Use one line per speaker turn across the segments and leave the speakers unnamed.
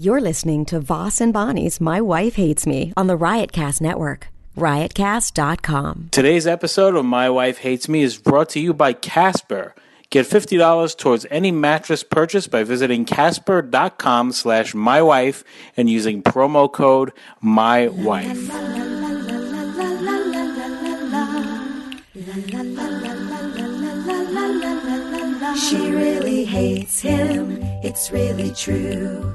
You're listening to Voss and Bonnie's My Wife Hates Me on the Riotcast Network, riotcast.com.
Today's episode of My Wife Hates Me is brought to you by Casper. Get $50 towards any mattress purchase by visiting casper.com slash mywife and using promo code MYWIFE.
She really hates him, it's really true.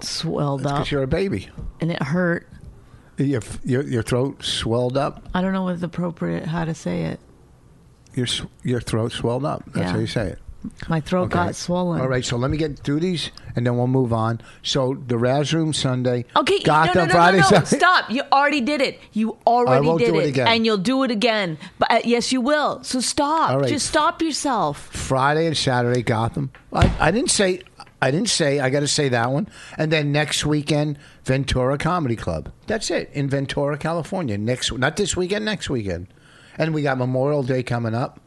swelled up
Because you're a baby.
and it hurt.
Your, your your throat swelled up.
I don't know what's appropriate how to say it.
Your s- your throat swelled up. That's
Yeah.
how you say it.
My throat
Okay.
got swollen.
All right, so let me get through these, and then we'll move on. So the Raz Room Sunday.
Okay,
Gotham
no, no, no,
Friday.
no, no,
Saturday.
Stop. You already did it. You already
won't
did
do it
it.
again.
And you'll do it again. But uh, yes, you will. So stop.
All right.
Just stop yourself.
Friday and Saturday Gotham. I, I didn't say. I didn't say. I got to say that one. And then next weekend, Ventura Comedy Club. That's it in Ventura, California. Next, not this weekend. Next weekend, and we got Memorial Day coming up.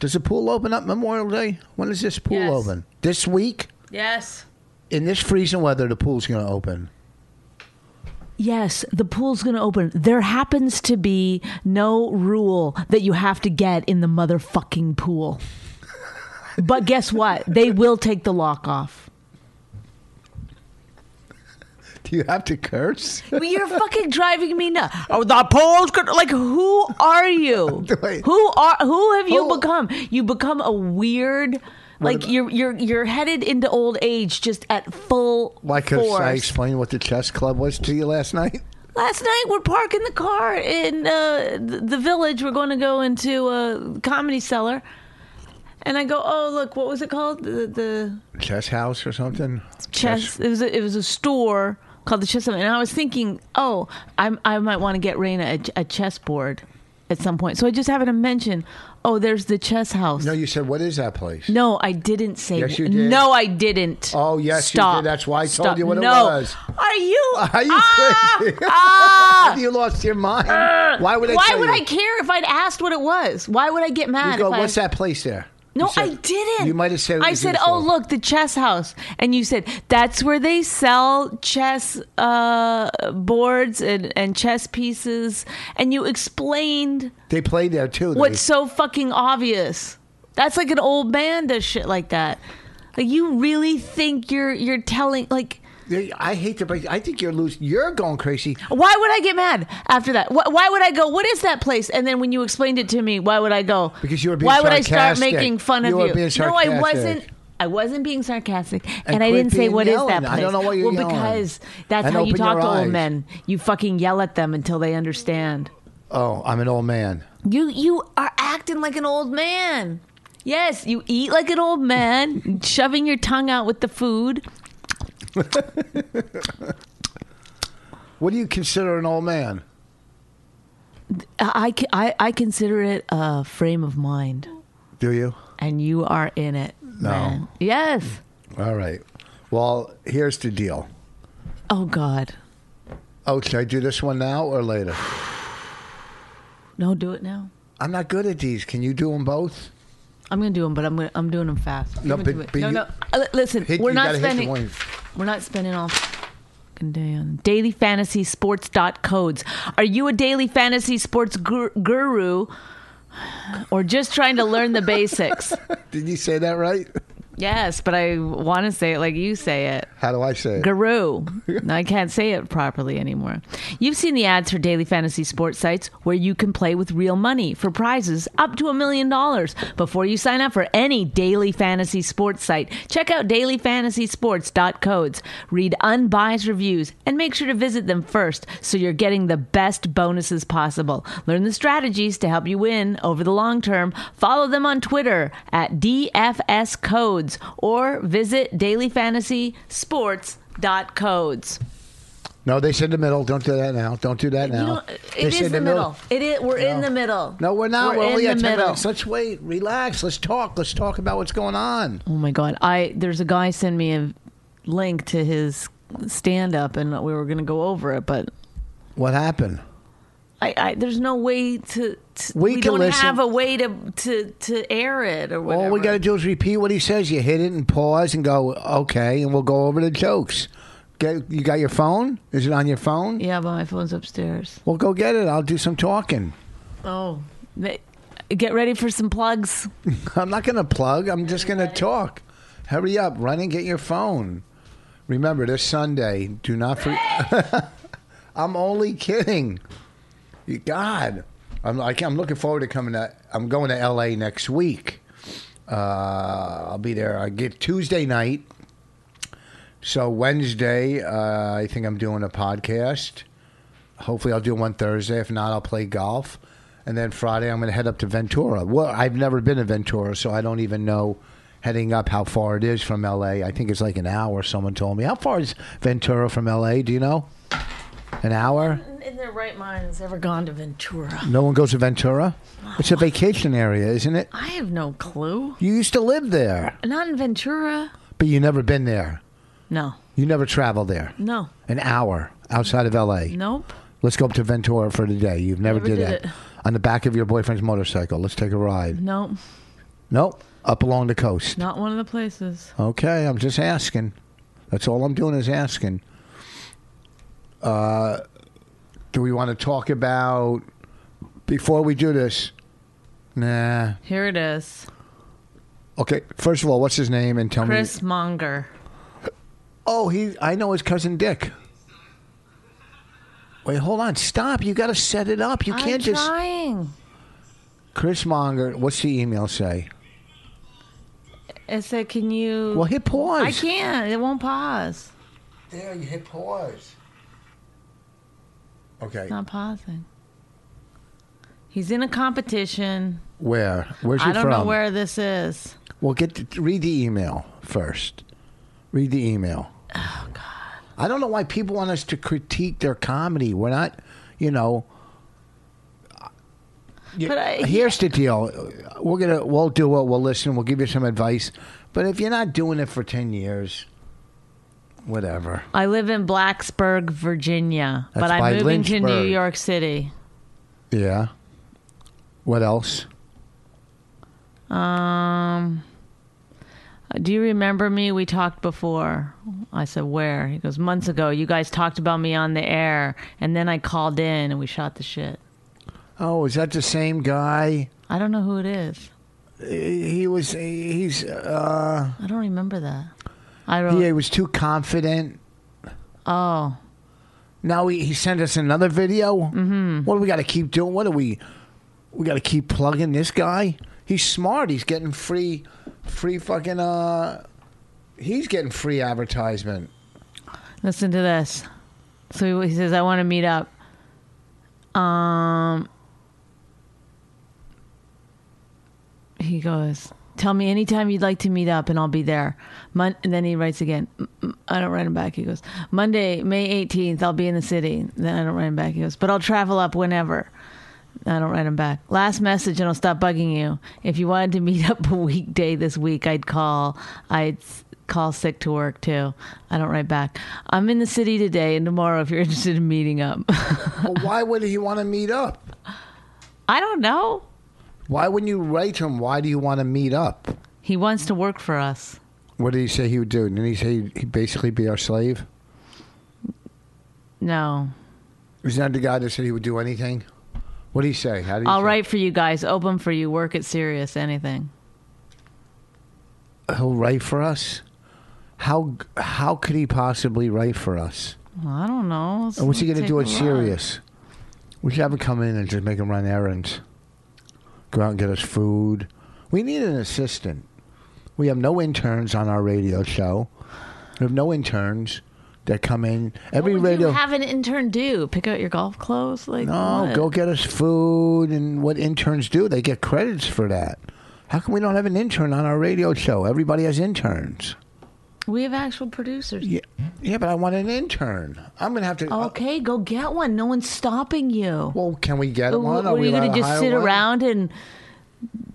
Does the pool open up Memorial Day? When does this pool
Yes.
open? This week.
Yes.
In this freezing weather, the pool's going to open.
Yes, the pool's going to open. There happens to be no rule that you have to get in the motherfucking pool. but guess what? They will take the lock off.
Do you have to curse?
Well, You're fucking driving me nuts. Oh, the pole's good. Like, who are you?
Wait.
Who are? Who have you
Who-
become? You become a weird. Like you're you're you're headed into old age just at full
Why could I
force.
explain what the chess club was to you last night?
Last night we're parking the car in uh, th- the village. We're going to go into a comedy cellar, and I go, oh look, what was it called? The, the
Chess house or something?
chess. It was a, it was a store called the Chess Summit, and I was thinking, oh, I'm, I might want to get Raina a, ch- a chessboard at some point. So I just happened to mention, oh, there's the chess house.
No, you said what is that place?
No, I didn't say.
Yes, you did.
No, I didn't.
Oh, yes, you did.
Stop.
That's why I told
Stop.
you what it
no.
was.
Are you?
Are you
ah,
crazy?
ah!
You lost your mind. Why would I?
Uh, Why
tell
would
you?
I care if I'd asked what it was? Why would I get mad?
You go.
if I-
What's that place there?
No,
You said-
I didn't.
You might have said. It
I
was
said,
your
"Oh,
fault.
look, the chess house," and you said that's where they sell chess uh, boards and, and chess pieces, and you explained
They play there too. They-
what's so fucking obvious. That's like an old man does shit like that. Like you really think you're you're telling like
They- I hate to break. I think you're losing. You're going crazy.
Why would I get mad after that? Why, why would I go? What is that place? And then when you explained it to me, why would I go?
Because you were being
Why would I start
sarcastic.
making fun of
You were
you?
being
no, I
sarcastic.
wasn't. I wasn't being sarcastic, and, I
quit
didn't say
being
what is that
yelling.
place.
I don't know why you're
well,
yelling.
because that's
And
how you
open
talk
your
to old
eyes.
men. You fucking yell at them until they understand.
Oh, I'm an old man.
You you are acting like an old man. Yes, you eat like an old man, shoving your tongue out with the food.
What do you consider an old man?
I, I, I consider it a frame of mind,
Do you?
and you are in it. No. Yes.
All right. Well, here's the deal.
Oh God.
Oh, should I do this one now or later?
No, do it now.
I'm not good at these. Can you do them both?
I'm gonna do them, but I'm gonna, I'm doing them fast.
No,
I'm gonna
but-
do it.
but
no,
you-
no. Uh, li- Listen,
Hit-
we're
you
not
gotta hit the
spending.
one.
We're not spending all fucking day on daily fantasy sports dot codes. Are you a daily fantasy sports gur- guru, or just trying to learn the basics?
Did you say that right?
Yes, but I want to say it like you say it.
How do I say it?
Guru. No, I can't say it properly anymore. You've seen the ads for daily fantasy sports sites where you can play with real money for prizes up to a million dollars. Before you sign up for any daily fantasy sports site, check out dailyfantasysports.codes. Read unbiased reviews and make sure to visit them first so you're getting the best bonuses possible. Learn the strategies to help you win over the long term. Follow them on Twitter at DFS Codes or visit dailyfantasysports.codes.
No, they said the middle. Don't do that now. Don't do that
You
now.
don't-
They
it
said
is the middle. It is, we're in
No.
the middle.
No, we're not. We're,
We're,
only
in
at
the
10
middle.
minutes. Let's wait. Relax. Let's talk. Let's talk about what's going on.
Oh my god! I there's a guy sent me a link to his stand up, and we were going to go over it, but
What happened?
I, I there's no way to. to
We can
don't
listen.
have a way to to to air it or whatever.
All we got to do is repeat what he says. You hit it and pause and go, okay, and we'll go over the jokes. Get, you got your phone? Is it on your phone?
Yeah, but my phone's upstairs.
Well, go get it. I'll do some talking.
Oh, Ma- get ready for some plugs.
I'm not going to plug. I'm just going to talk. Hurry up. Run and get your phone. Remember, this Sunday, do not forget. I'm only kidding. You- God. I'm, like, I'm looking forward to coming to, I'm going to L.A. next week. Uh, I'll be there. I get Tuesday night. So Wednesday, uh, I think I'm doing a podcast. Hopefully, I'll do one Thursday. If not, I'll play golf, and then Friday I'm going to head up to Ventura. Well, I've never been to Ventura, so I don't even know heading up how far it is from L.A. I think it's like an hour. Someone told me how far is Ventura from L.A. Do you know? An hour?
In their right mind has ever gone to Ventura?
No one goes to Ventura. It's a vacation area, isn't it?
I have no clue.
You used to live there,
Not in Ventura.
but you never been there.
No,
You never traveled there.
no,
An hour outside of L.A.
nope.
Let's go up to Ventura for the day. You've never,
Never
did,
did
that.
it.
On the back of your boyfriend's motorcycle. Let's take a ride.
Nope,
Nope. Up along the coast.
not one of the places.
Okay, I'm just asking. That's all I'm doing is asking. Uh, do we want to talk about before we do this? Nah.
Here it is.
Okay. First of all, what's his name? And tell me.
Chris Monger.
Oh, he. I know his cousin Dick. Wait, hold on. Stop. You got to set it up. You can't
I'm
just.
trying.
Chris Monger. What's the email say?
It said, "Can you?"
Well, hit pause.
I can't. It won't pause.
There, you hit pause. Okay.
It's not pausing. He's in a competition.
Where? Where's he
I don't
from?
know where this is.
Well, get to, read the email first. Read the email. Oh God. I don't know why people want us to critique their comedy. We're not, you know. You-
But I-
here's the deal. We're gonna we'll do it. We'll listen. We'll give you some advice. But if you're not doing it for ten years, whatever.
I live in Blacksburg, Virginia, but
That's
I'm
by
moving to New
Lynchburg.
York City.
Yeah. What else?
Um, do you remember me? We talked before. I said where. He goes months ago. You guys talked about me on the air, and then I called in and we shot the shit.
Oh, is that the same guy?
I don't know who it is.
he was he's uh
I don't remember that. I wrote.
yeah, he was too confident
Oh,
Now he, he sent us another video. Mm-hmm. What do we got to keep doing? What do we? We got to keep plugging this guy. He's smart. He's getting free, free fucking. uh He's getting free advertisement.
listen to this. So he he says, I want to meet up. Um, he goes, Tell me anytime you'd like to meet up and I'll be there. Mon- and then he writes again. M- m- I don't write him back. He goes, Monday, May 18th, I'll be in the city. Then I don't write him back. He goes, But I'll travel up whenever. I don't write him back. Last message, and I'll stop bugging you. If you wanted to meet up a weekday this week, I'd call. I'd s- call sick to work too. I don't write back. I'm in the city today and tomorrow. If you're interested in meeting up,
well, why would he want to meet up?
I don't know.
Why wouldn't you write him? Why do you want to meet up?
He wants to work for us.
What did he say he would do? Didn't he say he'd basically be our slave?
No,
Is that the guy that said he would do anything? What did he say? How did he
I'll
say-
write for you guys. Open for you. Work at Sirius. Anything.
He'll write for us. How how could he possibly write for us?
Well, I don't know. It's
And what's he going to
take
do
a
at
lot.
Sirius? We should have him come in and just make him run errands, go out and get us food. We need an assistant. We have no interns on our radio show. We have no interns that come in every
What would
radio.
you have an intern do? Pick out your golf clothes? Like
No,
what?
go get us food and what interns do. They get credits for that. How come we don't have an intern on our radio show? Everybody has interns.
We have actual producers.
Yeah, yeah but I want an intern. I'm going to have to.
Okay, go get one. No one's stopping you.
well, can we get
What,
one?
what are you
allowed
going to just
hire
sit
one?
around and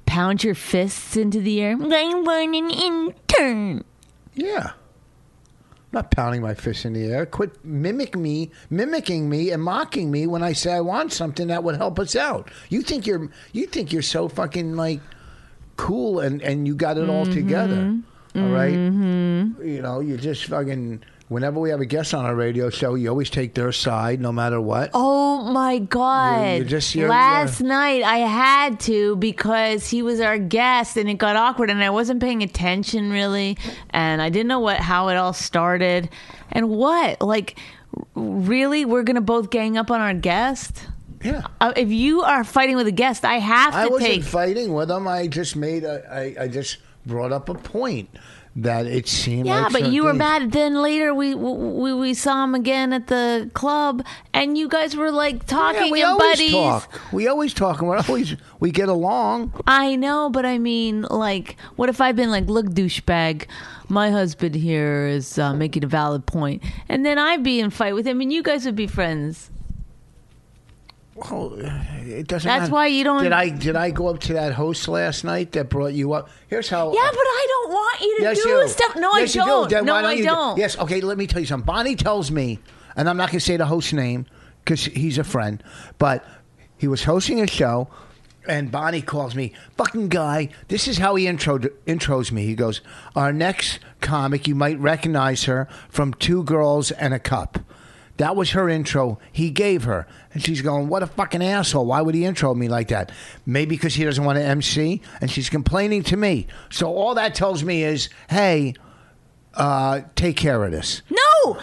pound your fists into the air? I want an intern.
Yeah. I'm not pounding my fist in the air. Quit mimic me, mimicking me and mocking me when I say I want something that would help us out. You think you're you think you're so fucking like cool and and you got it all
Mm-hmm.
together. All right? You know, you just fucking whenever we have a guest on our radio show, you always take their side no matter what.
Oh my God.
You- you just- you're-
Last
you're-
night I had to because he was our guest and it got awkward and I wasn't paying attention really. And I didn't know what how it all started. And what? Like, really? We're going to both gang up on our guest?
Yeah.
Uh, if you are fighting with a guest, I have to
I wasn't
take.
fighting with them. I just made a, I, I just brought up a point that it seemed
Yeah,
like
but you were
certain-
mad. Then later we we we saw him again at the club, and you guys were like talking
Yeah, we
and
always
buddies.
talk. We always talk, and we're always we get along.
I know, but I mean, like, what if I've been like, look, douchebag, my husband here is uh, making a valid point, and then I'd be in fight with him, and you guys would be friends.
Well, it doesn't.
That's
matter.
why you don't-
Did I did I go up to that host last night that brought you up? Here's how.
Yeah, but I don't want you to
yes,
do
you.
stuff. No,
Yes,
I
you do.
don't.
Then
No,
why
I
you do-
don't.
Yes. Okay. Let me tell you something. Bonnie tells me, and I'm not going to say the host name because he's a friend, but he was hosting a show. And Bonnie calls me, fucking guy. This is how he intro intros me. He goes, "Our next comic, you might recognize her from Two Girls and a Cup." That was her intro he gave her. And she's going, What a fucking asshole. Why would he intro me like that? Maybe because he doesn't want to MC. And she's complaining to me. So all that tells me is, Hey, uh, take care of this.
No,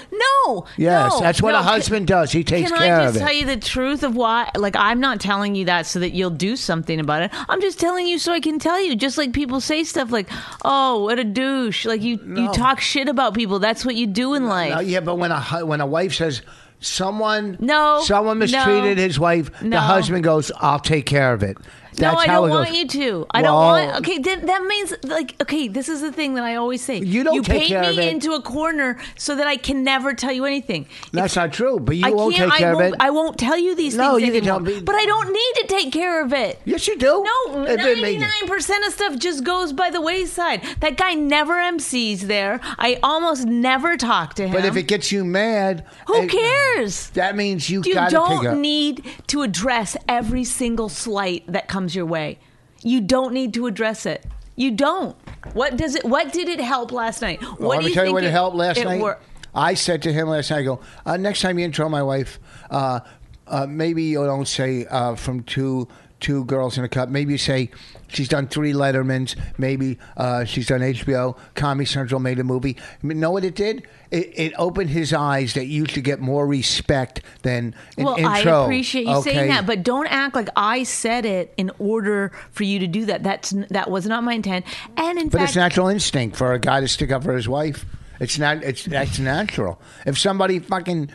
no.
Yes,
no,
that's what
no.
a husband does. He takes
Can
care
I just
of it.
tell you the truth of why? Like, I'm not telling you that so that you'll do something about it. I'm just telling you so I can tell you. Just like people say stuff like, "Oh, what a douche!" Like you, you talk shit about people. That's what you do in life.
No, yeah, but when a hu- when a wife says someone
No,
someone
no,
mistreated his wife,
no.
the husband goes, "I'll take care of it."
No,
That's
I
how
don't
it
want
goes.
you to. I
Well-
don't want. Okay, then that means like okay. This is the thing that I always say.
You don't take
paint
care
me
of it.
into a corner so that I can never tell you anything.
That's not true. But you
I
won't
can't.
take care
I,
of
won't
it.
I won't tell you these
No,
things
you can
anymore.
tell me-
But I don't need to take care of it.
yes, you do.
No,
If it made you-
99% of stuff just goes by the wayside. That guy never MCs there. I almost never talk to him.
But if it gets you mad,
Who
it-
cares?
That means you,
you
got to pick up.
don't need to address every single slight that comes your way. You don't need to address it. You don't. What does it? What did it help last night?
Well,
what
let
do
me
you
tell you
think
what
it,
helped last
it
night.
wor-
I said to him last night, I go, uh, next time you intro my wife, uh, uh, maybe you don't say uh, from two two girls in a cup. Maybe you say she's done three Lettermans. Maybe uh, she's done HBO. Comedy Central made a movie. I mean, know what it did? It, it opened his eyes that you should get more respect than an
well,
intro.
I appreciate you
okay?
saying that, but don't act like I said it in order for you to do that. That's n- that was not my intent. And in
But
fact,
it's natural instinct for a guy to stick up for his wife. It's not. It's that's natural. If somebody fucking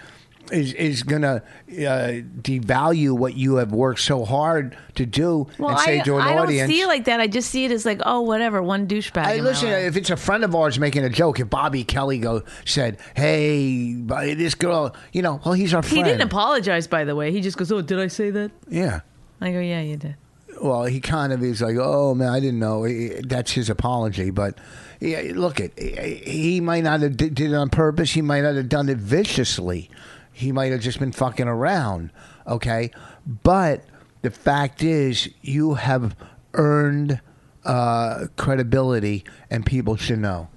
is is gonna uh, devalue what you have worked so hard to do
well,
and say
I,
to an
I don't
audience.
see it like that. I just see it as like, oh, whatever, one douchebag.
I
in my
listen.
life.
If it's a friend of ours making a joke, if Bobby Kelly go said, "Hey, Bobby, this girl," you know, well, he's our
he
friend.
didn't apologize, by the way. He just goes, oh, did I say that?
Yeah.
I go, yeah, you did.
well, he kind of is like, oh man, I didn't know. Eh, That's his apology, but yeah, look, it eh, he might not have did did it on purpose. He might not have done it viciously. He might have just been fucking around. Okay, but the fact is, you have earned uh, credibility, and people should know.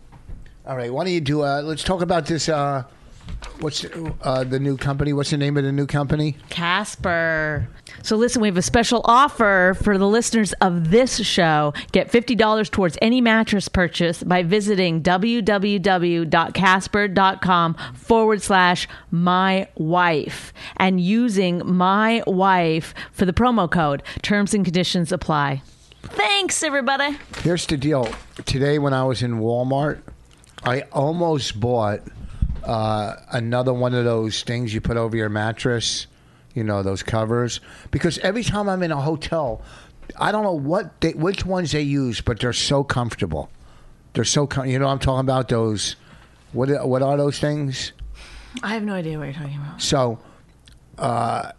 All right, why don't you do? Uh, let's talk about this. Uh, what's uh, the new company? What's the name of the new company?
Casper. So listen, we have a special offer for the listeners of this show. Get $50 towards any mattress purchase by visiting www.casper.com forward slash my wife and using my wife for the promo code. Terms and conditions apply. Thanks, everybody.
Here's the deal. Today, when I was in Walmart, I almost bought uh, another one of those things you put over your mattress, you know, those covers. Because every time I'm in a hotel, I don't know what they, which ones they use, but they're so comfortable. They're so com- you know what I'm talking about those. What are- what are those things?
I have no idea what you're talking about.
So, uh,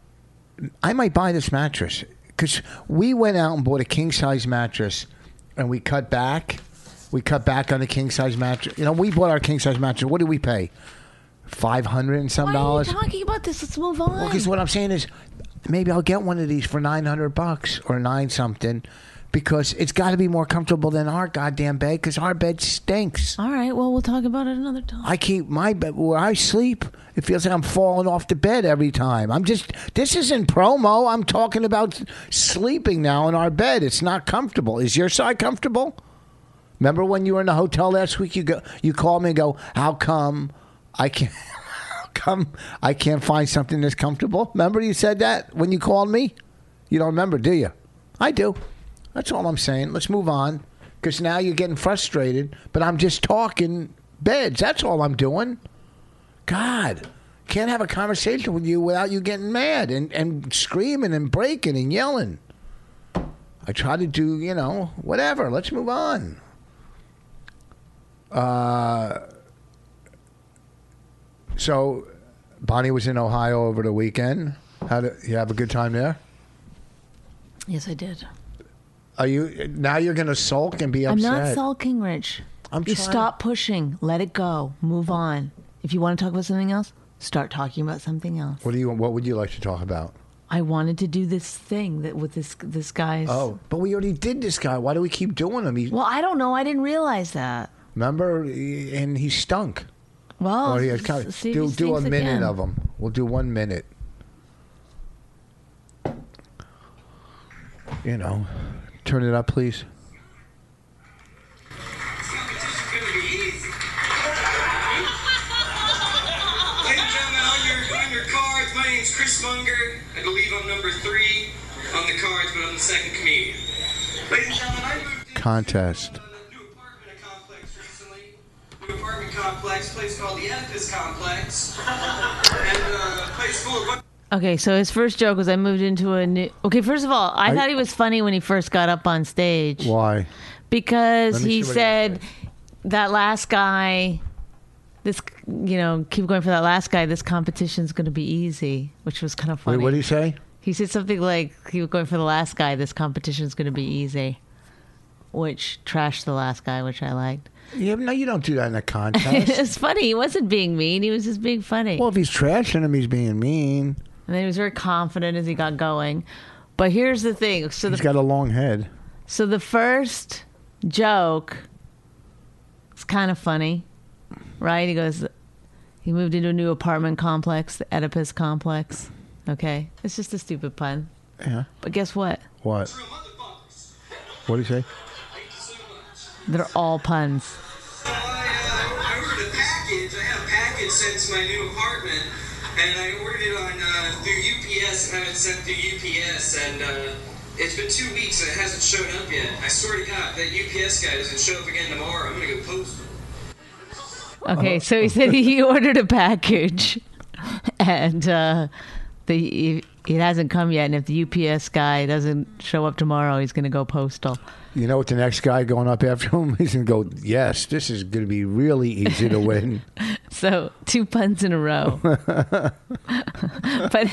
I might buy this mattress because we went out and bought a king size mattress, and we cut back. We cut back on the king size mattress. You know, we bought our king size mattress. What did we pay? Five hundred and some
Why are
dollars.
you talking about this? Let's move on.
Because what I'm saying is, maybe I'll get one of these for nine hundred bucks or nine something, because it's got to be more comfortable than our goddamn bed. Because our bed stinks.
All right, well, we'll talk about it another time.
I keep my bed where I sleep. It feels like I'm falling off the bed every time. I'm just this isn't promo. I'm talking about sleeping now in our bed. It's not comfortable. Is your side comfortable? Remember when you were in the hotel last week? You go. You called me and go. How come I can't? How come I can't find something that's comfortable? Remember you said that when you called me. You don't remember, do you? I do. That's all I'm saying. Let's move on because now you're getting frustrated. But I'm just talking beds. That's all I'm doing. God, can't have a conversation with you without you getting mad and, and screaming and breaking and yelling. I try to do, you know, whatever. Let's move on. Uh, so, Bonnie was in Ohio over the weekend. How did you have a good time there?
Yes, I did.
Are you now? You're going to sulk and be upset.
I'm not sulking, Rich.
I'm
you
trying to-
stop pushing. Let it go. Move on. If you want to talk about something else, start talking about something else.
What do you? What would you like to talk about?
I wanted to do this thing that with this this guy's.
Oh, but we already did this guy. Why do we keep doing him? He,
Well, I don't know. I didn't realize that.
remember, He- and he stunk.
Well,
Oh, yeah,
s-
kind of,
see
do
these
do a
things
minute
again.
of them. We'll do one minute. You know, turn it up, please.
Ladies and gentlemen, on your, on your cards, my name's Chris Munger. I believe I'm number three on the cards, but I'm the second comedian. Ladies and gentlemen, I moved into
Contest.
a new apartment complex recently. New apartment complex, place called the Oedipus Complex. And uh, a place full of...
Okay, so his first joke was I moved into a new. Okay, first of all, I,
I-
thought he was funny when he first got up on stage
Why?
because
Let me
he
see what he
said that last guy. This, you know, keep going for that last guy. This competition's going to be easy, which was kind of
Wait,
funny.
what did he say?
He said something like he was going for the last guy. This competition's going to be easy, which trashed the last guy, which I liked.
Yeah, no, you don't do that in a
It's
contest.
funny. He wasn't being mean. He was just being funny.
well, if he's trashing him, he's being mean.
and then he was very confident as he got going. But here's the thing. So the
He's got a long head.
so the first joke, it's kind of funny, right? He goes, he moved into a new apartment complex, the Oedipus complex. Okay, it's just a stupid pun.
Yeah.
But guess what?
What?
Real motherfuckers.
What do you say?
Thank you so much.
They're all puns.
I, uh, I ordered a package. I had a package sent to my new apartment, and I ordered it on uh, through UPS, and I had it sent through UPS, and uh, it's been two weeks and it hasn't showed up yet. I swear to God, that UPS guy doesn't show up again tomorrow. I'm gonna go post it.
Okay, so he said he ordered a package, and uh, the it hasn't come yet. And if the UPS guy doesn't show up tomorrow, he's going to go postal.
You know what the next guy going up after him is going to go, yes, this is going to be really easy to win.
So two puns in a row. but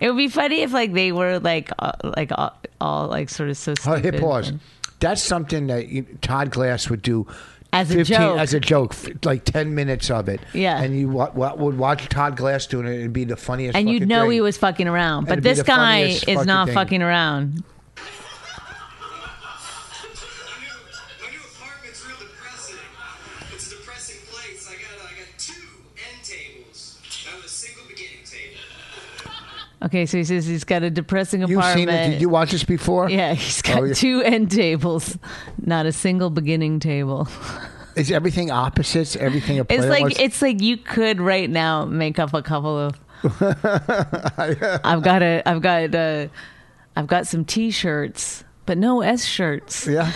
it would be funny if like they were like uh, like all, all like sort of so
Oh,
stupid.
hey, pause. That's something that you, Todd Glass would do
As a joke.
as a joke, f- like ten minutes of it.
Yeah.
and you wa- wa- would watch Todd Glass doing it. It'd be the funniest.
And you'd
fucking
know
thing.
he was fucking around, but
it'd be
this
the
guy
funniest
is
fucking
not
thing.
fucking around.
My new, my new apartment's real depressing. It's a depressing place. I got I got two end tables. That was a single beginning table.
Okay, so he says he's got a depressing
You've
apartment.
seen it. Did you watch this before?
Yeah, he's got
Oh, yeah.
two end tables, not a single beginning table.
Is everything opposites? Everything a
It's
player
like
wants-
it's like you could right now make up a couple of. I've got a. I've got a. I've got some t-shirts, but no S shirts.
yeah.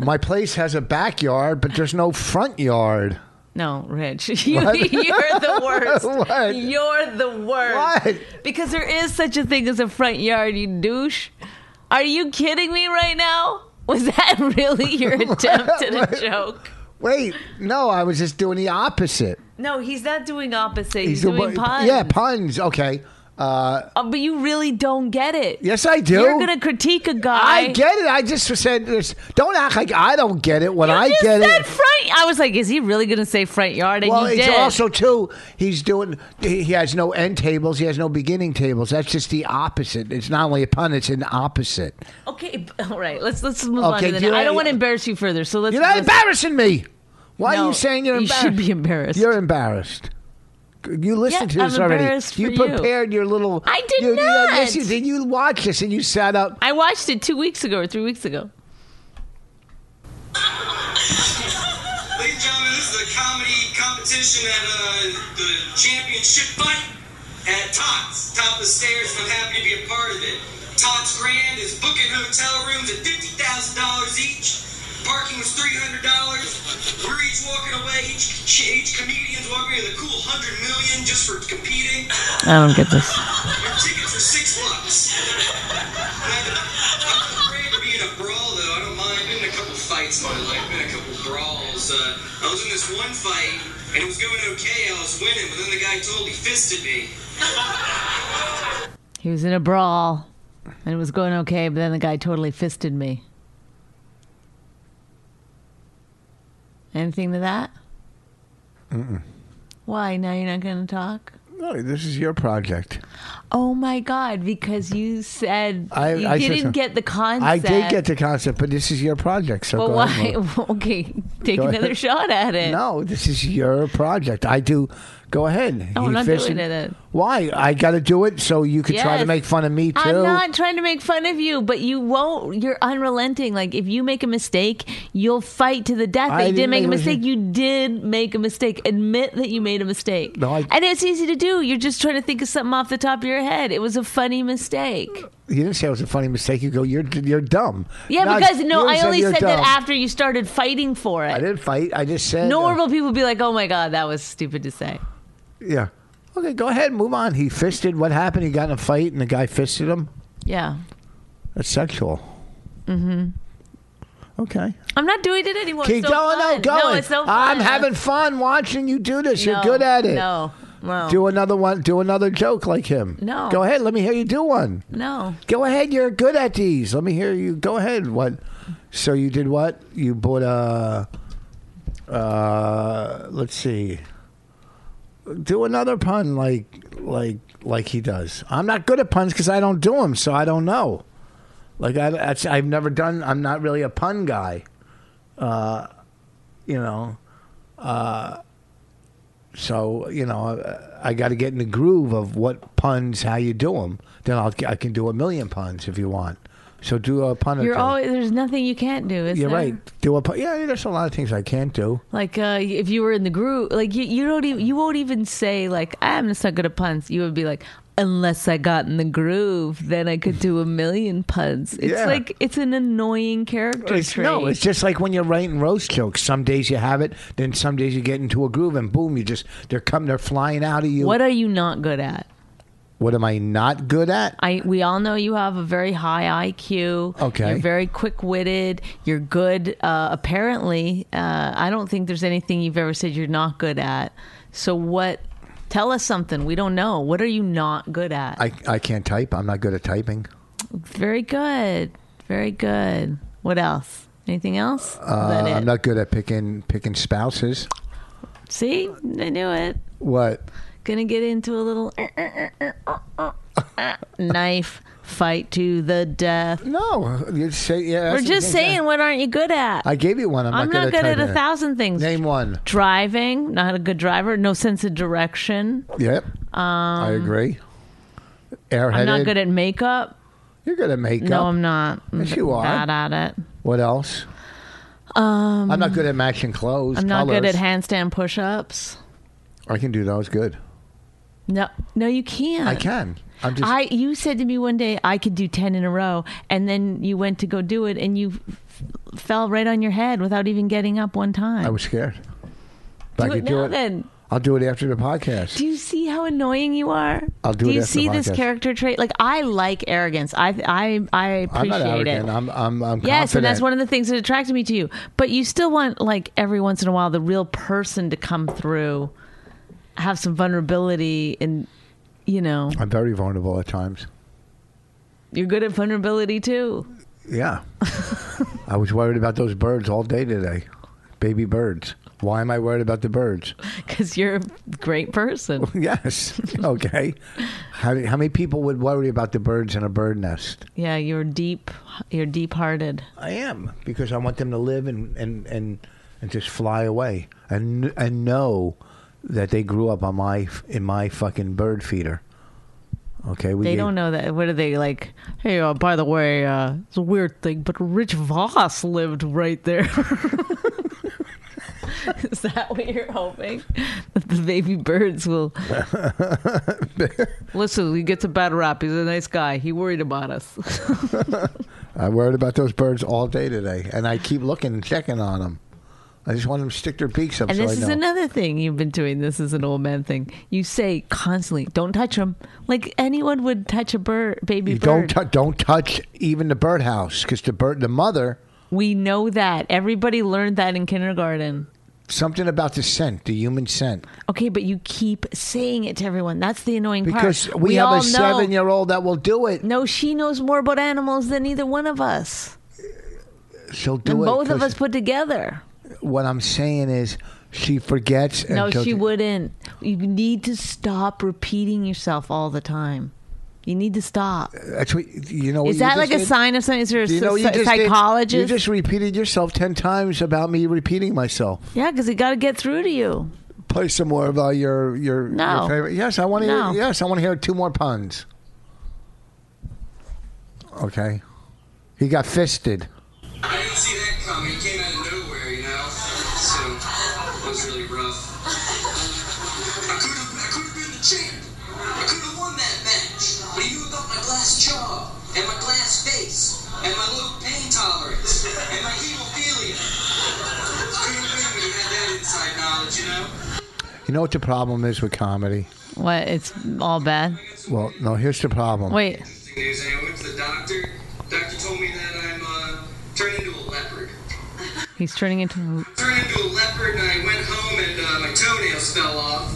My place has a backyard, but there's no front yard.
No, Rich, you, you're the worst.
What?
You're the worst.
What?
Because there is such a thing as a front yard, you douche. Are you kidding me right now? Was that really your attempt at a joke?
Wait, no, I was just doing the opposite.
No, he's not doing opposite. He's, doing puns.
Yeah, puns. Okay. Uh,
Uh, but you really don't get it.
yes, I do.
You're gonna critique a guy.
I get it. I just said this. Don't act like I don't get it when
You
I
just
get
said
it.
front. I was like, is he really gonna say front yard? And
well,
you
it's
did.
also too. He's doing. He he has no end tables. He has no beginning tables. That's just the opposite. It's not only a pun. It's an opposite.
okay. b- All right. Let's let's move on
Okay,
to the.
do
next- I don't
I-
want to embarrass you further. So let's.
You're not
let's-
embarrassing me. Why are
No,
you saying you're
you
embarrassed?
should be embarrassed.
You're embarrassed. You listened
Yeah,
to this
I'm
already.
embarrassed
you
for you.
prepared your little.
I did
you,
not.
You, yes, you did. You watched this and you sat up.
I watched it two weeks ago or three weeks ago.
Ladies and gentlemen, this is a comedy competition at uh, the championship fight at Tots, top of the stairs, and I'm happy to be a part of it. Tots Grand is booking hotel rooms at $50,000 each. Parking was $300. We're each walking away, each, each comedian's walking away with a cool 100 million just for competing.
I don't get this.
Your tickets were six bucks. I'm afraid to be in a brawl though. I don't mind. Been in a couple fights in my life. Been in a couple brawls. Uh, I was in this one fight and it was going okay. I was winning, but then the guy totally fisted me.
He was in a brawl, and it was going okay, but then the guy totally fisted me. Anything to that? Mm-mm. Why? Now you're not going to talk?
No, this is your project.
Oh my God, because you said
I-
you
I said
didn't
so.
get the concept.
I did get the concept, but this is your project. So
Well,
go
why?
ahead, Mo.
okay, take
Go
another
ahead.
shot at it.
No, this is your project. I do. Go ahead.
No,
You
Oh, I'm not
fist-
doing it.
Why? I got to do it so you could try to
Yes.
make fun of me too.
I'm not trying to make fun of you, but you won't. You're unrelenting. Like if you make a mistake, you'll fight to the death.
I
that you
didn't
didn't make a mistake.
mistake.
You did make a mistake. Admit that you made a mistake.
No, I-
and it's easy to do. You're just trying to think of something off the top of your head. It was a funny mistake.
You didn't say it was a funny mistake. You go, you're you're dumb.
Yeah,
No,
because no,
you
I only
you're
said that
dumb.
after you started fighting for
I
it.
didn't fight. I just said
Normal people would be like, "Oh my god, that was stupid to say."
uh, yeah. Okay, go ahead, move on. He fisted. What happened? He got in a fight, and the guy fisted him.
Yeah,
That's sexual. Mm-hmm. Okay.
I'm not doing it anymore.
Keep
it's so
going.
fun.
No, going.
No, it's so
I'm
fun.
having fun watching you do this.
No,
you're good at it.
No, no,
Do another one. Do another joke like him.
No.
Go ahead. Let me hear you do one.
no.
Go ahead. You're good at these. Let me hear you. Go ahead. What? So you did what? You bought a. Uh, let's see. Do another pun like like like he does. I'm not good at puns because I don't do them, so I don't know. Like I, that's- I've never done. I'm not really a pun guy. Uh, you know. Uh, So you know, I, I got to get in the groove of what puns, how you do them. Then I'll I can do a million puns if you want. So do a pun. or
You're
two.
always there's nothing you can't do. Is
You're
there?
right. Do a pun. Yeah, there's a lot of things I can't do.
Like uh, if you were in the group, like you, you don't even you won't even say like I'm just not good at puns. You would be like, unless I got in the groove, then I could do a million puns. It's
Yeah.
like it's an annoying character
It's-
trait.
no, it's just like when you're writing roast jokes. Some days you have it, then some days you get into a groove, and boom, you just they're coming, they're flying out of you.
what are you not good at?
What am I not good at?
I we all know you have a very high IQ.
Okay.
you're very quick witted. You're good. Uh, apparently, uh, I don't think there's anything you've ever said you're not good at. So what? Tell us something. We don't know. What are you not good at?
I I can't type. I'm not good at typing.
Very good. Very good. What else? Anything else? Is that
Uh,
it?
I'm not good at picking picking spouses.
See, I knew it.
What?
Gonna get into a little uh, knife fight to the death.
No, you say yeah.
We're
that's-
just saying, what aren't you good at?
I gave you one. I'm,
I'm
not, good, at, typing
a
it.
thousand things.
Name one.
Driving, not a good driver. No sense of direction.
Yep. Um, I agree. Airheaded.
I'm not good at makeup.
You're good at makeup.
No, I'm not. I'm
Yes, you are.
Bad at it.
What else? Um, I'm not good at matching clothes.
I'm not good
colors.
at handstand push-ups.
I can do those good.
No, no, you can't.
I can. I'm just.
I you said to me one day I could do 10 in a row and then you went to go do it and you f- fell right on your head without even getting up one time.
I was scared. But
do
I
it
could
now
do it.
then.
I'll do it after the podcast.
Do you see how annoying you are?
I'll do
Do
it
you
after the
see this
podcast.
character trait? Like I like arrogance. I I I
I'm
appreciate
not
it.
arrogant. I'm. I'm. I'm
Yes, and
confident.
that's one of the things that attracted me to you. But you still want, like, every once in a while, the real person to come through, have some vulnerability, and, you know,
I'm very vulnerable at times.
you're good at vulnerability too.
Yeah. I was worried about those birds all day today. Baby birds. Why am I worried about the birds?
because you're a great person.
Yes. Okay. how, how many people would worry about the birds in a bird nest?
Yeah, you're deep. You're deep-hearted.
I am because I want them to live and and and, and just fly away and and know that they grew up on my in my fucking bird feeder. Okay, we
They
gave-
don't know that. What are they like? Hey, uh, by the way, uh, it's a weird thing, but Rich Voss lived right there. Is that what you're hoping? That the baby birds will listen. He gets a bad rap. He's a nice guy. He worried about us.
I worried about those birds all day today, and I keep looking and checking on them. I just want them to stick their beaks up.
And
so
this
I
is
know.
another thing you've been doing. This is an old man thing. You say constantly, "Don't touch him," like anyone would touch a bird, baby
You
bird.
don't tou- don't touch even the birdhouse because the bird the mother
we know that. Everybody learned that in kindergarten.
something about the scent the human scent
Okay, but you keep saying it to everyone. That's the annoying
because
part.
we, have
all
a
know-
seven year old that will do it
No, she knows more about animals than either one of us,
she'll do
and
it
both of
'cause
us put together.
what I'm saying is she forgets
No,
until
she
the-
wouldn't. You need to stop repeating yourself all the time. You need to stop.
That's what you know. what
Is
you
that
just
like a
did?
sign of something? Is there a
Do You know,
psy-
what you just did?
psychologist?
You just repeated yourself ten times about me repeating myself.
Yeah, because it got to get through to you.
Play some more of uh, your your,
No.
your favorite. Yes, I want to.
No.
Hear, yes, I want to hear two more puns. Okay, he got fisted.
I didn't see that coming. It came out of nowhere, you know. So it was really rough. I could have, I could have been the champ. I could have won that match. But you about my glass jaw and my glass face and my low pain tolerance and my hemophilia. Could have been when you had that inside knowledge, you know.
You know what the problem is with comedy?
What? It's all bad.
Well, no. Here's the problem.
Wait,
Interesting news. I went to the doctor. Doctor told me that I'm uh, turned into a leopard.
he's turning into.
turned into a leopard and I went home and uh, my toenails fell off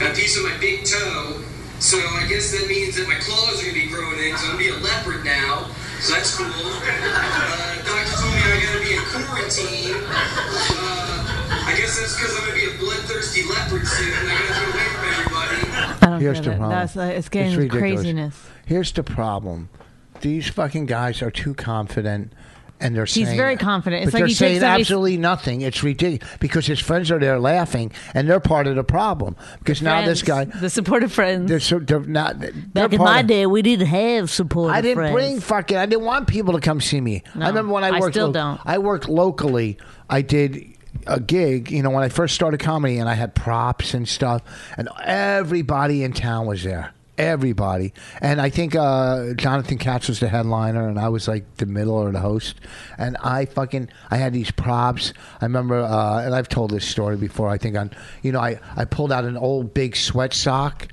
and a piece of my big toe. So I guess that means that my claws are gonna be growing in because I'm gonna be a leopard now. So that's cool. Uh, doctor told me I gotta be in quarantine. Uh, I guess that's because I'm gonna be a bloodthirsty leopard soon and I gotta get away from everybody.
I don't
Here's
get
the
it.
problem.
That's, uh, it's getting
ridiculous.
craziness.
Here's the problem. These fucking guys are too confident and they're
He's
saying
very confident. It's like
but they're
he takes
saying
somebody's-
absolutely nothing. It's ridiculous because his friends are there laughing, and they're part of the problem. Because now this guy,
Friends. the supportive friends.
they're, so, they're not. They're
Back in
part
my
of-
day, we didn't have support.
I didn't
friends.
bring fucking. I didn't want people to come see me.
No,
I remember when I
I
worked.
still don't.
I worked locally. I did a gig. You know, when I first started comedy, and I had props and stuff, and everybody in town was there. Everybody, and I think uh, Jonathan Katz was the headliner, and I was like the middle or the host. And I fucking I had these props. I remember, uh, and I've told this story before. I think on, you know, I I pulled out an old big sweat sock,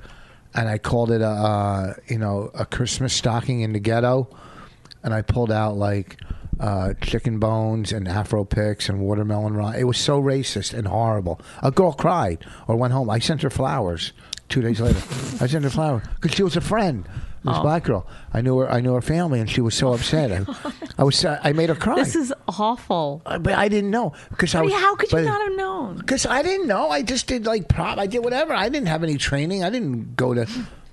and I called it a uh, you know a Christmas stocking in the ghetto, and I pulled out like uh, chicken bones and Afro picks and watermelon rind. It was so racist and horrible. A girl cried or went home. I sent her flowers two days later. I sent her flowers because she was a friend.
Oh.
This black girl, I knew her. I knew her family, and she was so upset. I, I was. uh, I made her cry.
this is awful.
Uh, but I didn't know because I was.
How could you
but-
not have known?
because I didn't know. I just did like prop. I did whatever. I didn't have any training. I didn't go to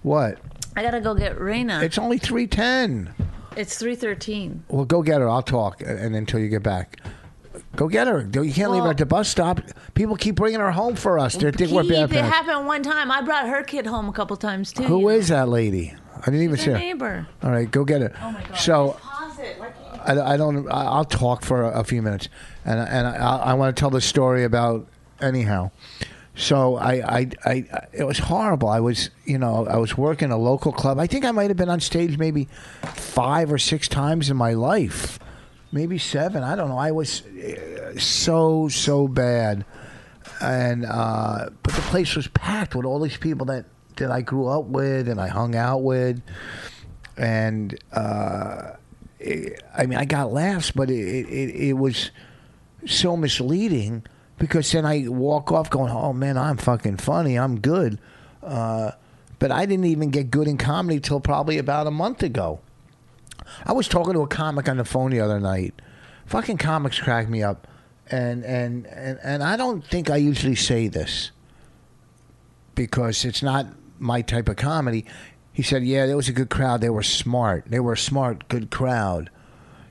what.
I gotta go get Raina.
It's only three ten.
It's three thirteen.
Well, go get her. I'll talk, and, and until you get back, go get her. You can't leave her at the bus stop. People keep bringing her home for us. They think we're
it
bad. parents.
happened one time. I brought her kid home a couple times too.
Who is that lady? I didn't even
She's
see
our
her.
neighbor.
All right, go get her. Oh my god. So. I, I don't. I- I'll talk for a, a few minutes, and and I, I want to tell the story about anyhow. So I, I I it was horrible. I was you know I was working a local club. I think I might have been on stage maybe five or six times in my life, maybe seven. I don't know. I was uh, so so bad, and uh, but the place was packed with all these people that that I grew up with and I hung out with, and. uh, I mean, I got laughs, but it, it, it, it was so misleading because then I walk off going, oh man, I'm fucking funny. I'm good. Uh, but I didn't even get good in comedy till probably about a month ago. I was talking to a comic on the phone the other night. Fucking comics crack me up. And, and, and, and I don't think I usually say this because it's not my type of comedy. He said, "Yeah, there was a good crowd. They were smart. They were a smart, good crowd.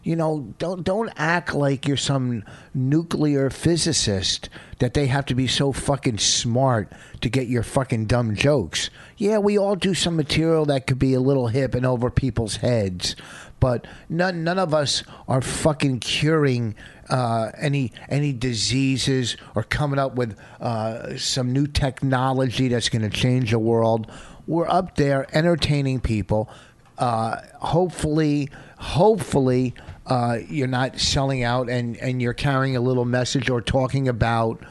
You know, don't don't act like you're some nuclear physicist that they have to be so fucking smart to get your fucking dumb jokes. Yeah, we all do some material that could be a little hip and over people's heads, but none none of us are fucking curing uh, any any diseases or coming up with uh, some new technology that's going to change the world. We're up there entertaining people. Uh, hopefully, hopefully, uh, you're not selling out and and you're carrying a little message or talking about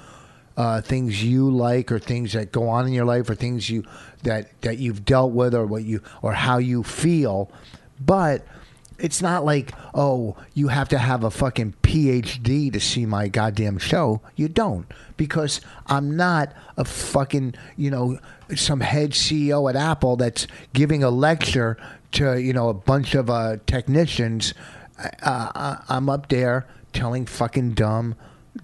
uh, things you like or things that go on in your life or things you that that you've dealt with or what you or how you feel but it's not like oh you have to have a fucking phd to see my goddamn show you don't because i'm not a fucking you know some head ceo at apple that's giving a lecture to you know a bunch of uh, technicians uh, I, i'm up there telling fucking dumb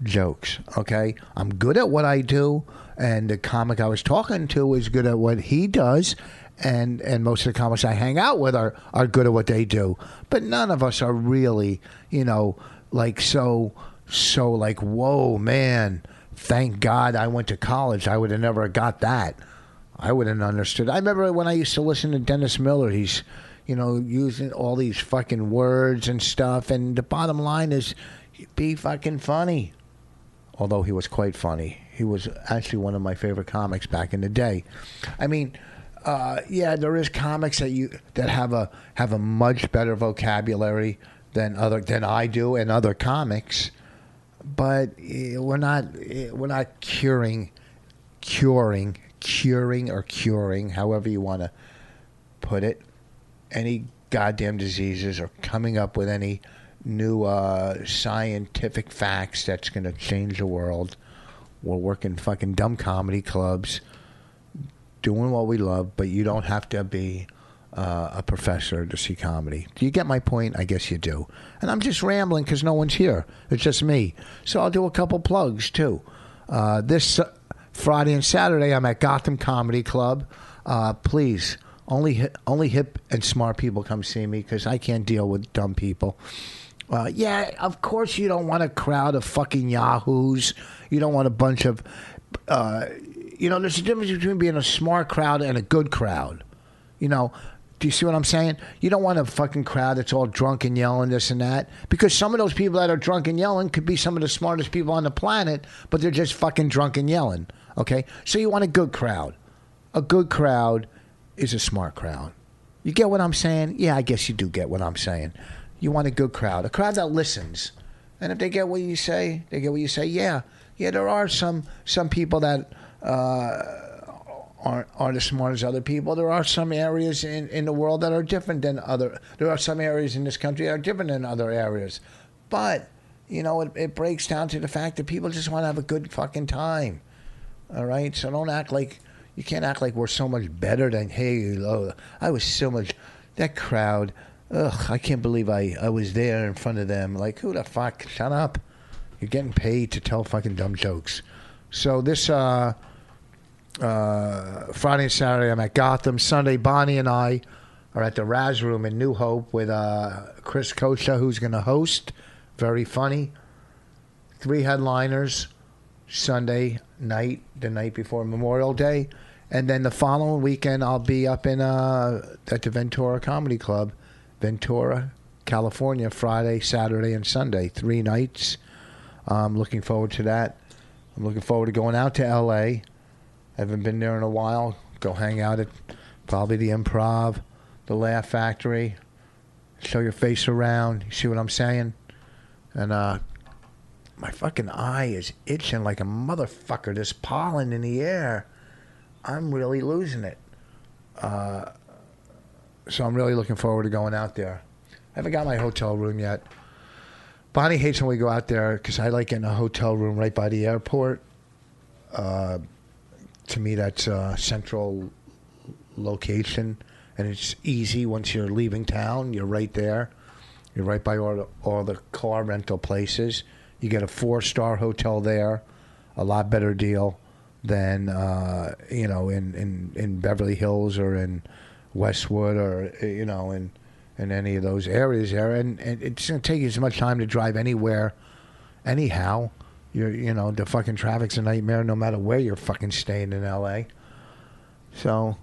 jokes. Okay, I'm good at what I do, and the comic I was talking to is good at what he does, and and most of the comics I hang out with are are good at what they do. But none of us are really, you know, like so so like whoa man, thank God I went to college. I would have never got that. I wouldn't understood. I remember when I used to listen to Dennis Miller. He's, you know, using all these fucking words and stuff. And the bottom line is, be fucking funny. Although he was quite funny, he was actually one of my favorite comics back in the day. I mean, uh, yeah, there is comics that you that have a have a much better vocabulary than other than I do and other comics, but eh, we're not eh, we're not curing curing, curing or curing, however you want to put it, any goddamn diseases or coming up with any new uh, scientific facts that's going to change the world. We're working fucking dumb comedy clubs, doing what we love, but you don't have to be uh, a professor to see comedy. Do you get my point? I guess you do. And I'm just rambling because no one's here. It's just me. So I'll do a couple plugs too. Uh, this uh, Friday and Saturday, I'm at Gotham Comedy Club. Uh, please, only hi- only hip and smart people come see me because I can't deal with dumb people. Well, yeah, of course you don't want a crowd of fucking yahoos. You don't want a bunch of, uh, you know, there's a difference between being a smart crowd and a good crowd. You know, do you see what I'm saying? You don't want a fucking crowd that's all drunk and yelling this and that because some of those people that are drunk and yelling could be some of the smartest people on the planet, but they're just fucking drunk and yelling. Okay, so you want a good crowd. A good crowd is a smart crowd. You get what I'm saying? Yeah, I guess you do get what I'm saying. You want a good crowd, a crowd that listens. And if they get what you say, they get what you say. Yeah, yeah, there are some some people that aren't aren't as smart as other people. There are some areas in, in the world that are different than other. There are some areas in this country that are different than other areas, but you know it, it breaks down to the fact that people just want to have a good fucking time. All right, so don't act like you can't act like we're so much better than hey. Oh, I was so much that crowd. Ugh, I can't believe I I was there in front of them. Like who the fuck? Shut up. You're getting paid to tell fucking dumb jokes. So this uh Friday and Saturday I'm at Gotham. Sunday, Bonnie and I are at the Raz Room in New Hope with uh, Chris Kosha, who's going to host. Very funny. Three headliners Sunday night, the night before Memorial Day. And then the following weekend, I'll be up in uh, at the Ventura Comedy Club, Ventura, California, Friday, Saturday, and Sunday. Three nights. I'm looking forward to that. I'm looking forward to going out to LA. Haven't been there in a while. Go hang out at probably the improv, the Laugh Factory. Show your face around. You see what I'm saying? And uh, my fucking eye is itching like a motherfucker. This pollen in the air. I'm really losing it. Uh, so I'm really looking forward to going out there. I haven't got my hotel room yet. Bonnie hates when we go out there because I like getting a hotel room right by the airport to me that's a central location and it's easy once you're leaving town you're right there you're right by all the, all the car rental places you get a four star hotel there a lot better deal than uh, you know in, in, in beverly hills or in westwood or uh, you know in in any of those areas there and, and it doesn't take you as much time to drive anywhere anyhow. You're, you know, the fucking traffic's a nightmare no matter where you're fucking staying in LA. So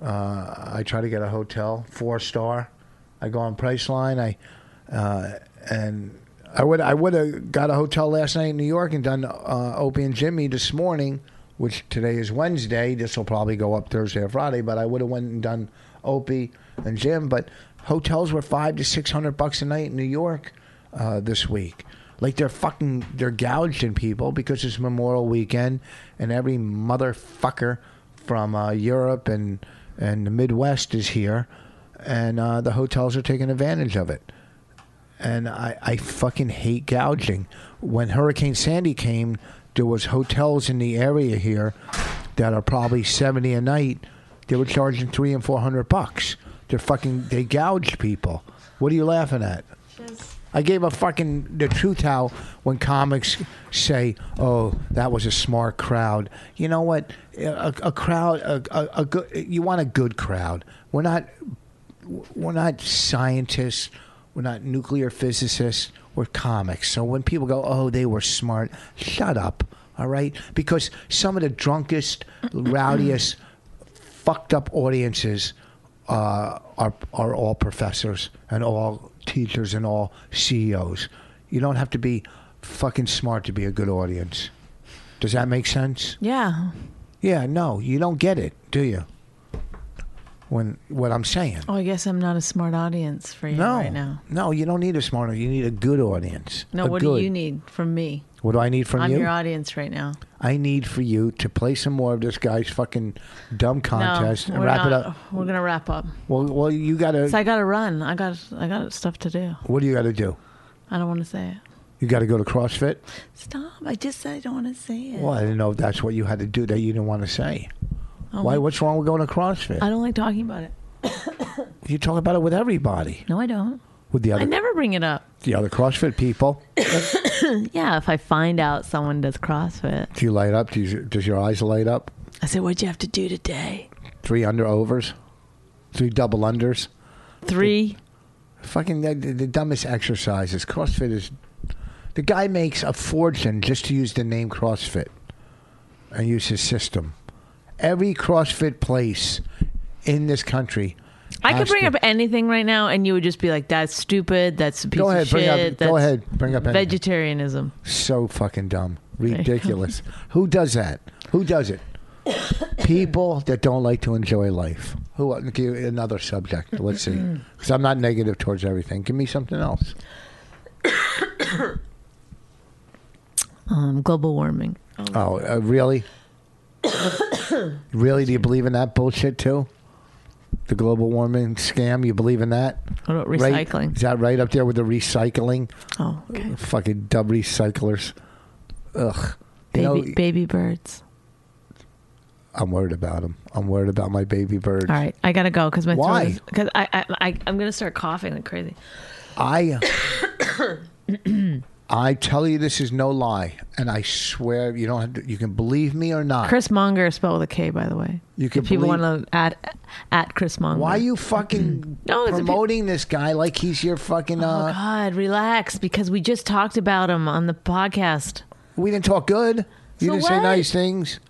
uh, I try to get a hotel, four star. I go on Priceline. I uh, and I would I would have got a hotel last night in New York and done uh, Opie and Jimmy this morning, which today is Wednesday. This will probably go up Thursday or Friday, but I would have went and done Opie and Jim. But hotels were five to six hundred bucks a night in New York uh, this week. Like they're fucking they're gouging people because it's Memorial Weekend and every motherfucker from uh, Europe and and the Midwest is here, and uh, the hotels are taking advantage of it and I, I fucking hate gouging. When Hurricane Sandy came, there was hotels in the area here that are probably seventy a night. They were charging three and four hundred bucks. They're fucking they gouge people. What are you laughing at? I gave a fucking the truth how when comics say, "Oh, that was a smart crowd." You know what? A, a crowd, a, a, a good. You want a good crowd. We're not we're not scientists. We're not nuclear physicists. We're comics. So when people go, oh, they were smart, shut up. All right? Because some of the drunkest, rowdiest, fucked up audiences uh, are, are all professors and all teachers and all CEOs. You don't have to be fucking smart to be a good audience. Does that make sense?
Yeah.
Yeah, no, you don't get it, do you? When what I'm saying.
Oh, I guess I'm not a smart audience for you
No,
right now.
no, you don't need a smart. You need a good audience.
No,
A
what
good-
do you need from me?
What do I need from
I'm
you?
your audience right now.
I need for you to play some more of this guy's fucking dumb contest
no,
and
we're
wrap it
not-
up.
We're gonna wrap up.
Well, well, you gotta.
So I gotta run. I got I got stuff to do.
what do you gotta do?
I don't want to say it.
You gotta go to CrossFit.
Stop! I just said I don't want to say it.
Well, I didn't know if that's what you had to do that you didn't want to
Oh,
say.
Uh,
Why?
my-
What's wrong with going to CrossFit?
I don't like talking about it.
you talk about it with everybody,
No, I don't.
with the
I
other
never bring it up.
the other CrossFit people.
Yeah, if I find out someone does CrossFit,
do you light up? Do you, does your eyes light up?
I say, "What'd you have to do today?"
Three under overs, three double unders,
Three
Fucking the, the, the dumbest exercises. CrossFit is. The guy makes a fortune just to use the name CrossFit and use his system. Every CrossFit place in this country.
I could
has
bring
to-
up anything right now, and you would just be like, "That's stupid. That's a piece
Go
of
ahead, bring up-
shit.
go
that's
ahead, bring up anything."
vegetarianism."
so fucking dumb, ridiculous. Who does that? Who does it? People that don't like to enjoy life. Who? okay, Another subject. Let's see. Because I'm not negative towards everything. Give me something else.
Um, global warming.
Oh, uh, really? really? Do you believe in that bullshit too? The global warming scam. You believe in that?
What about
Right?
recycling?
Is that right up there with the recycling?
Oh, okay.
Fucking dub recyclers. Ugh. You
Baby,
know,
baby birds.
I'm worried about them. I'm worried about my baby birds.
All right, I gotta go because my
Why?
Because I, I, I, I'm gonna start coughing like crazy.
I I tell you this is no lie, and I swear you don't have to, you can believe me or not.
Chris Monger is spelled with a K, by the way.
You can
if people
believe-
want to at at Chris Monger.
why are you fucking
No, it's a bit-
promoting this guy like he's your fucking
Oh
uh
God, relax because we just talked about him on the podcast.
we didn't talk good. You
So
didn't say
what?
nice things.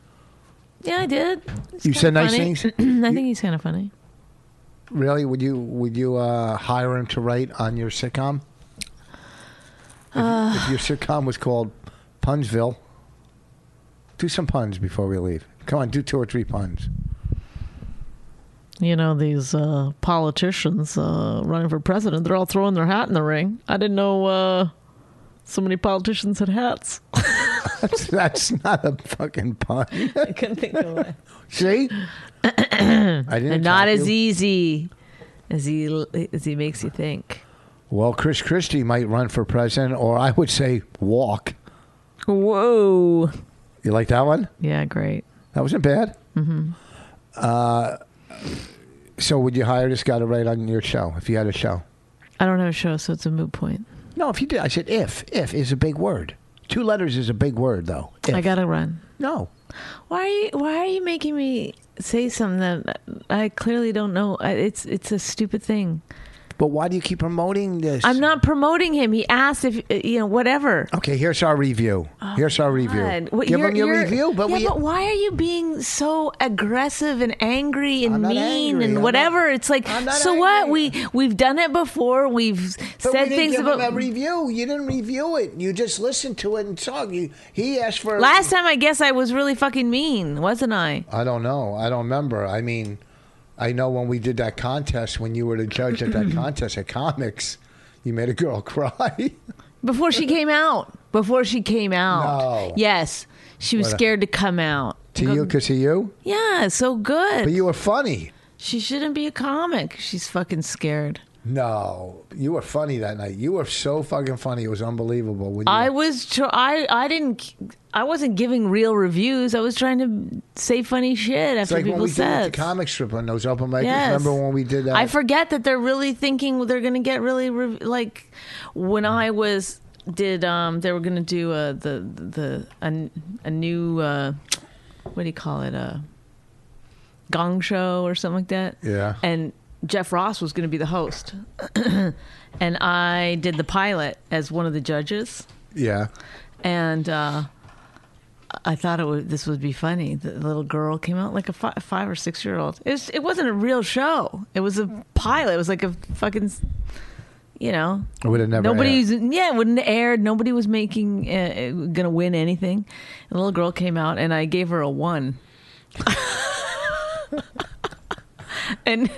Yeah, I did. He's
You
kinda
said nice
funny.
things?
I think he's kind of funny.
Really? Would you would you uh, hire him to write on your sitcom? If,
Uh.
if your sitcom was called Punsville, do some puns before we leave. Come on, do two or three puns.
you know these uh, politicians uh, running for president they're all throwing their hat in the ring i didn't know uh, so many politicians had hats
That's not a fucking pun.
i couldn't think of one
See, I didn't.
not
talk
as e-
you.
easy as he as he makes you think
Well, Chris Christie might run for president, or I would say walk.
whoa
You like that one?
yeah great
That wasn't bad. Mm-hmm. Uh, so, would you hire this guy to write on your show if you had a show?
i don't have a show so it's a moot point
No, if you did, I said if. If is a big word. Two letters is a big word, though. If.
i gotta run
no.
why are you why are you making me say something that i clearly don't know I- it's it's a stupid thing
But why do you keep promoting this?
i'm not promoting him he asked if uh, you know whatever
Okay, here's our review. here's our review.
Oh God. What-
Give
you're-
them your
you're-
review, but
yeah,
we.
but why are you being so aggressive and angry and
I'm not
mean
angry.
and
I'm
whatever?
not-
it's like,
I'm not
so what?
angry.
We we've done it before. We've
But we
said
didn't
things
give
about.
him a review. You didn't review it. You just listened to it and talked. You he asked for
Last time, I guess I was really fucking mean, wasn't I?
I don't know. I don't remember. I mean, I know when we did that contest when you were the judge at that contest at comics, you made a girl cry.
Before she came out. Before she came out.
No.
Yes, she was
What a-
scared to come out.
to you, because of you.
Yeah, so good.
But you were funny.
she shouldn't be a comic. She's fucking scared.
No, you were funny that night. You were so fucking funny. It was unbelievable. When you,
I was tr- I I didn't I wasn't giving real reviews. I was trying to say funny shit
it's
after
like when
people
we
said.
did the comic strip on those open mics.
Yes.
Remember when we did that?
I forget that they're really thinking they're going to get really re- like when I was did um they were going to do uh the the a, a new uh what do you call it uh gong show or something like that.
Yeah.
And Jeff Ross was going to be the host. and I did the pilot as one of the judges.
yeah.
and uh, I thought it would this would be funny. The little girl came out like a fi- five or six year old. It, was, it wasn't a real show. It was a pilot. It was like a fucking, you know,
I would have never.
nobody's yeah it wouldn't have aired. Nobody was making uh, gonna win anything. And the little girl came out and I gave her a one. and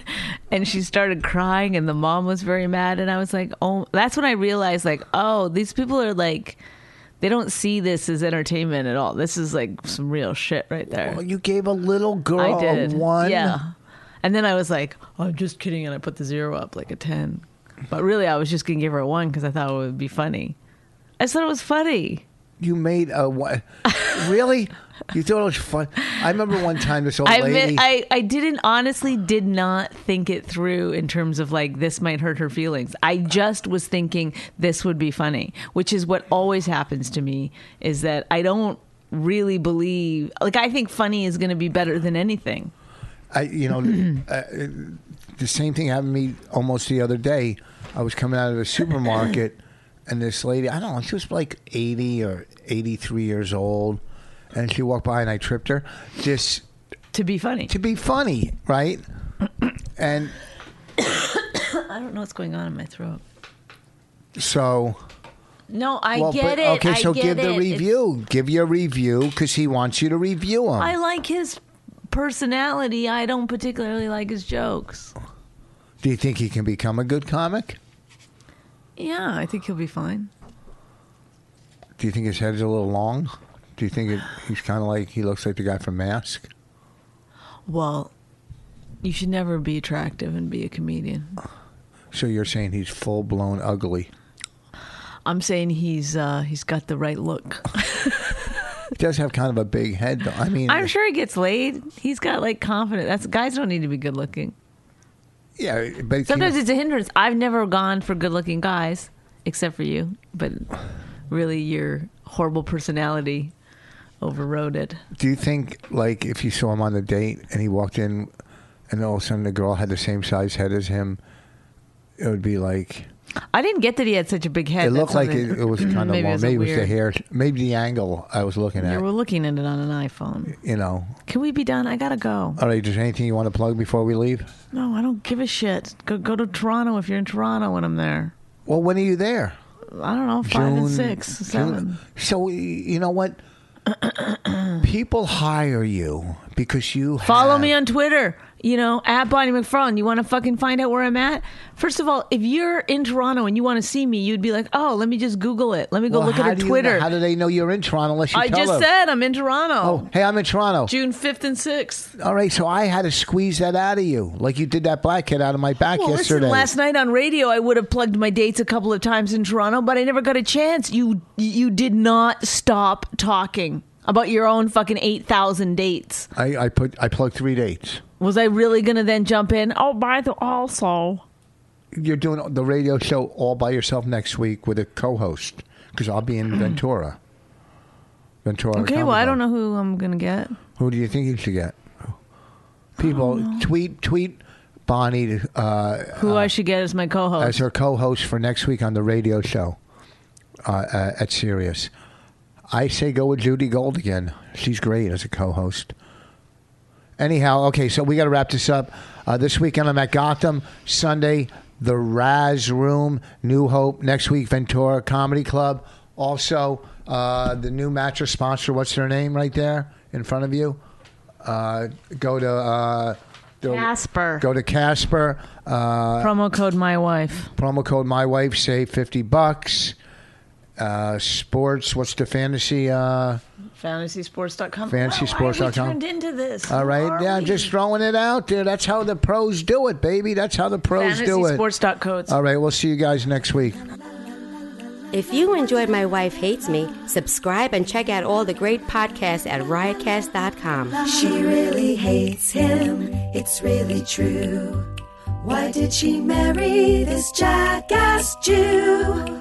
and she started crying and the mom was very mad and I was like, "Oh, that's when I realized like, oh, these people are like they don't see this as entertainment at all. This is like some real shit right there."
Well, Oh, you gave a little girl
I did.
one.
Yeah. And then I was like, oh, I'm just kidding. And I put the zero up like a 10. But really, I was just going to give her a one because I thought it would be funny. I just thought it was funny.
You made a what? really? You thought it was fun? I remember one time this old
I,
lady.
admit, I, I didn't, honestly, did not think it through in terms of like, this might hurt her feelings. I just was thinking this would be funny, which is what always happens to me is that I don't really believe, like, I think funny is going to be better than anything.
I you know, uh, the same thing happened to me almost the other day. I was coming out of a supermarket, and this lady, I don't know, she was like 80 or 83 years old, and she walked by and I tripped her just
to be funny.
to be funny, right? And
I don't know what's going on in my throat.
so.
No, I
well,
get
but-
it.
Okay,
I
so
get
give
it.
the
It's-
review. give your review because he wants you to review him.
I like his personality. I don't particularly like his jokes.
Do you think he can become a good comic?
Yeah, I think he'll be fine.
Do you think his head's a little long? Do you think it, he's kind of like he looks like the guy from Mask?
Well, you should never be attractive and be a comedian.
So you're saying he's full blown ugly?
I'm saying he's uh, he's got the right look.
He does have kind of a big head, though. I mean,
I'm sure he gets laid. He's got like confidence. That's guys don't need to be good looking.
yeah, but he-
Sometimes it's a hindrance. I've never gone for good looking guys, except for you. But really, your horrible personality overrode it.
do you think like if you saw him on a date and he walked in, and all of a sudden the girl had the same size head as him, it would be like
I didn't get that he had such a big head.
it looked
That's
like
something-
it, it was kind of
Maybe it
long.
was a
Maybe it was the
weird-
hair, maybe the angle I was looking
You
at.
were looking at it on an iPhone.
You know.
Can we be done? I gotta go.
All right, is there anything you want to plug before we leave?
No, I don't give a shit. Go go to Toronto if you're in Toronto when I'm there.
Well, when are you there?
I don't know, five and
June-
six,
June- Ah.
seven.
So y- you know what? People hire you because you
Follow
have-
me on Twitter, you know, at Bonnie McFarlane. You want to fucking find out where I'm at? First of all, if you're in Toronto and you want to see me, you'd be like, oh, let me just Google it. Let me go
Well,
look at
how
her
do you-
Twitter.
how do they know you're in Toronto unless you
I
tell
just
them?
said I'm in Toronto.
Oh, hey, I'm in Toronto.
June 5th and 6th.
All right, so I had to squeeze that out of you, like you did that black kid out of my back
Well,
yesterday.
listen, last night on radio, I would have plugged my dates a couple of times in Toronto, but I never got a chance. You you did not stop talking about your own fucking 8,000 dates.
I, I put I plugged three dates.
Was I really going to then jump in? Oh, by the also.
You're doing the radio show all by yourself next week with a co-host because I'll be in Ventura. Ventura.
Hmm. Okay,
Comedy
well, I
Club.
don't know who I'm going to get.
Who do you think you should get? People tweet tweet Bonnie uh,
Who I should get as my
as
co-host?
her co-host for next week on the radio show uh, uh, at Sirius. I say go with Judy Gold again. She's great as a co-host. Anyhow, okay, so we got to wrap this up. Uh, this weekend I'm at Gotham. Sunday, the Raz Room, New Hope. Next week, Ventura Comedy Club. Also, uh, the new mattress sponsor. What's their name right there in front of you? Uh, go to uh, the-
Casper.
Go to Casper. Uh,
Promo code my wife.
promo code my wife save 50 bucks uh, sports what's the fantasy uh,
Fantasysports.com.
Fantasysports.com.
Wow, why are we turned into this.
all right yeah i'm just throwing it out there that's how the pros do it baby that's how the pros do it
Fantasysports.codes.
all right we'll see you guys next week
If you enjoyed My Wife Hates Me, subscribe and check out all the great podcasts at riotcast.com.
She really hates him, it's really true. Why did she marry this jackass Jew?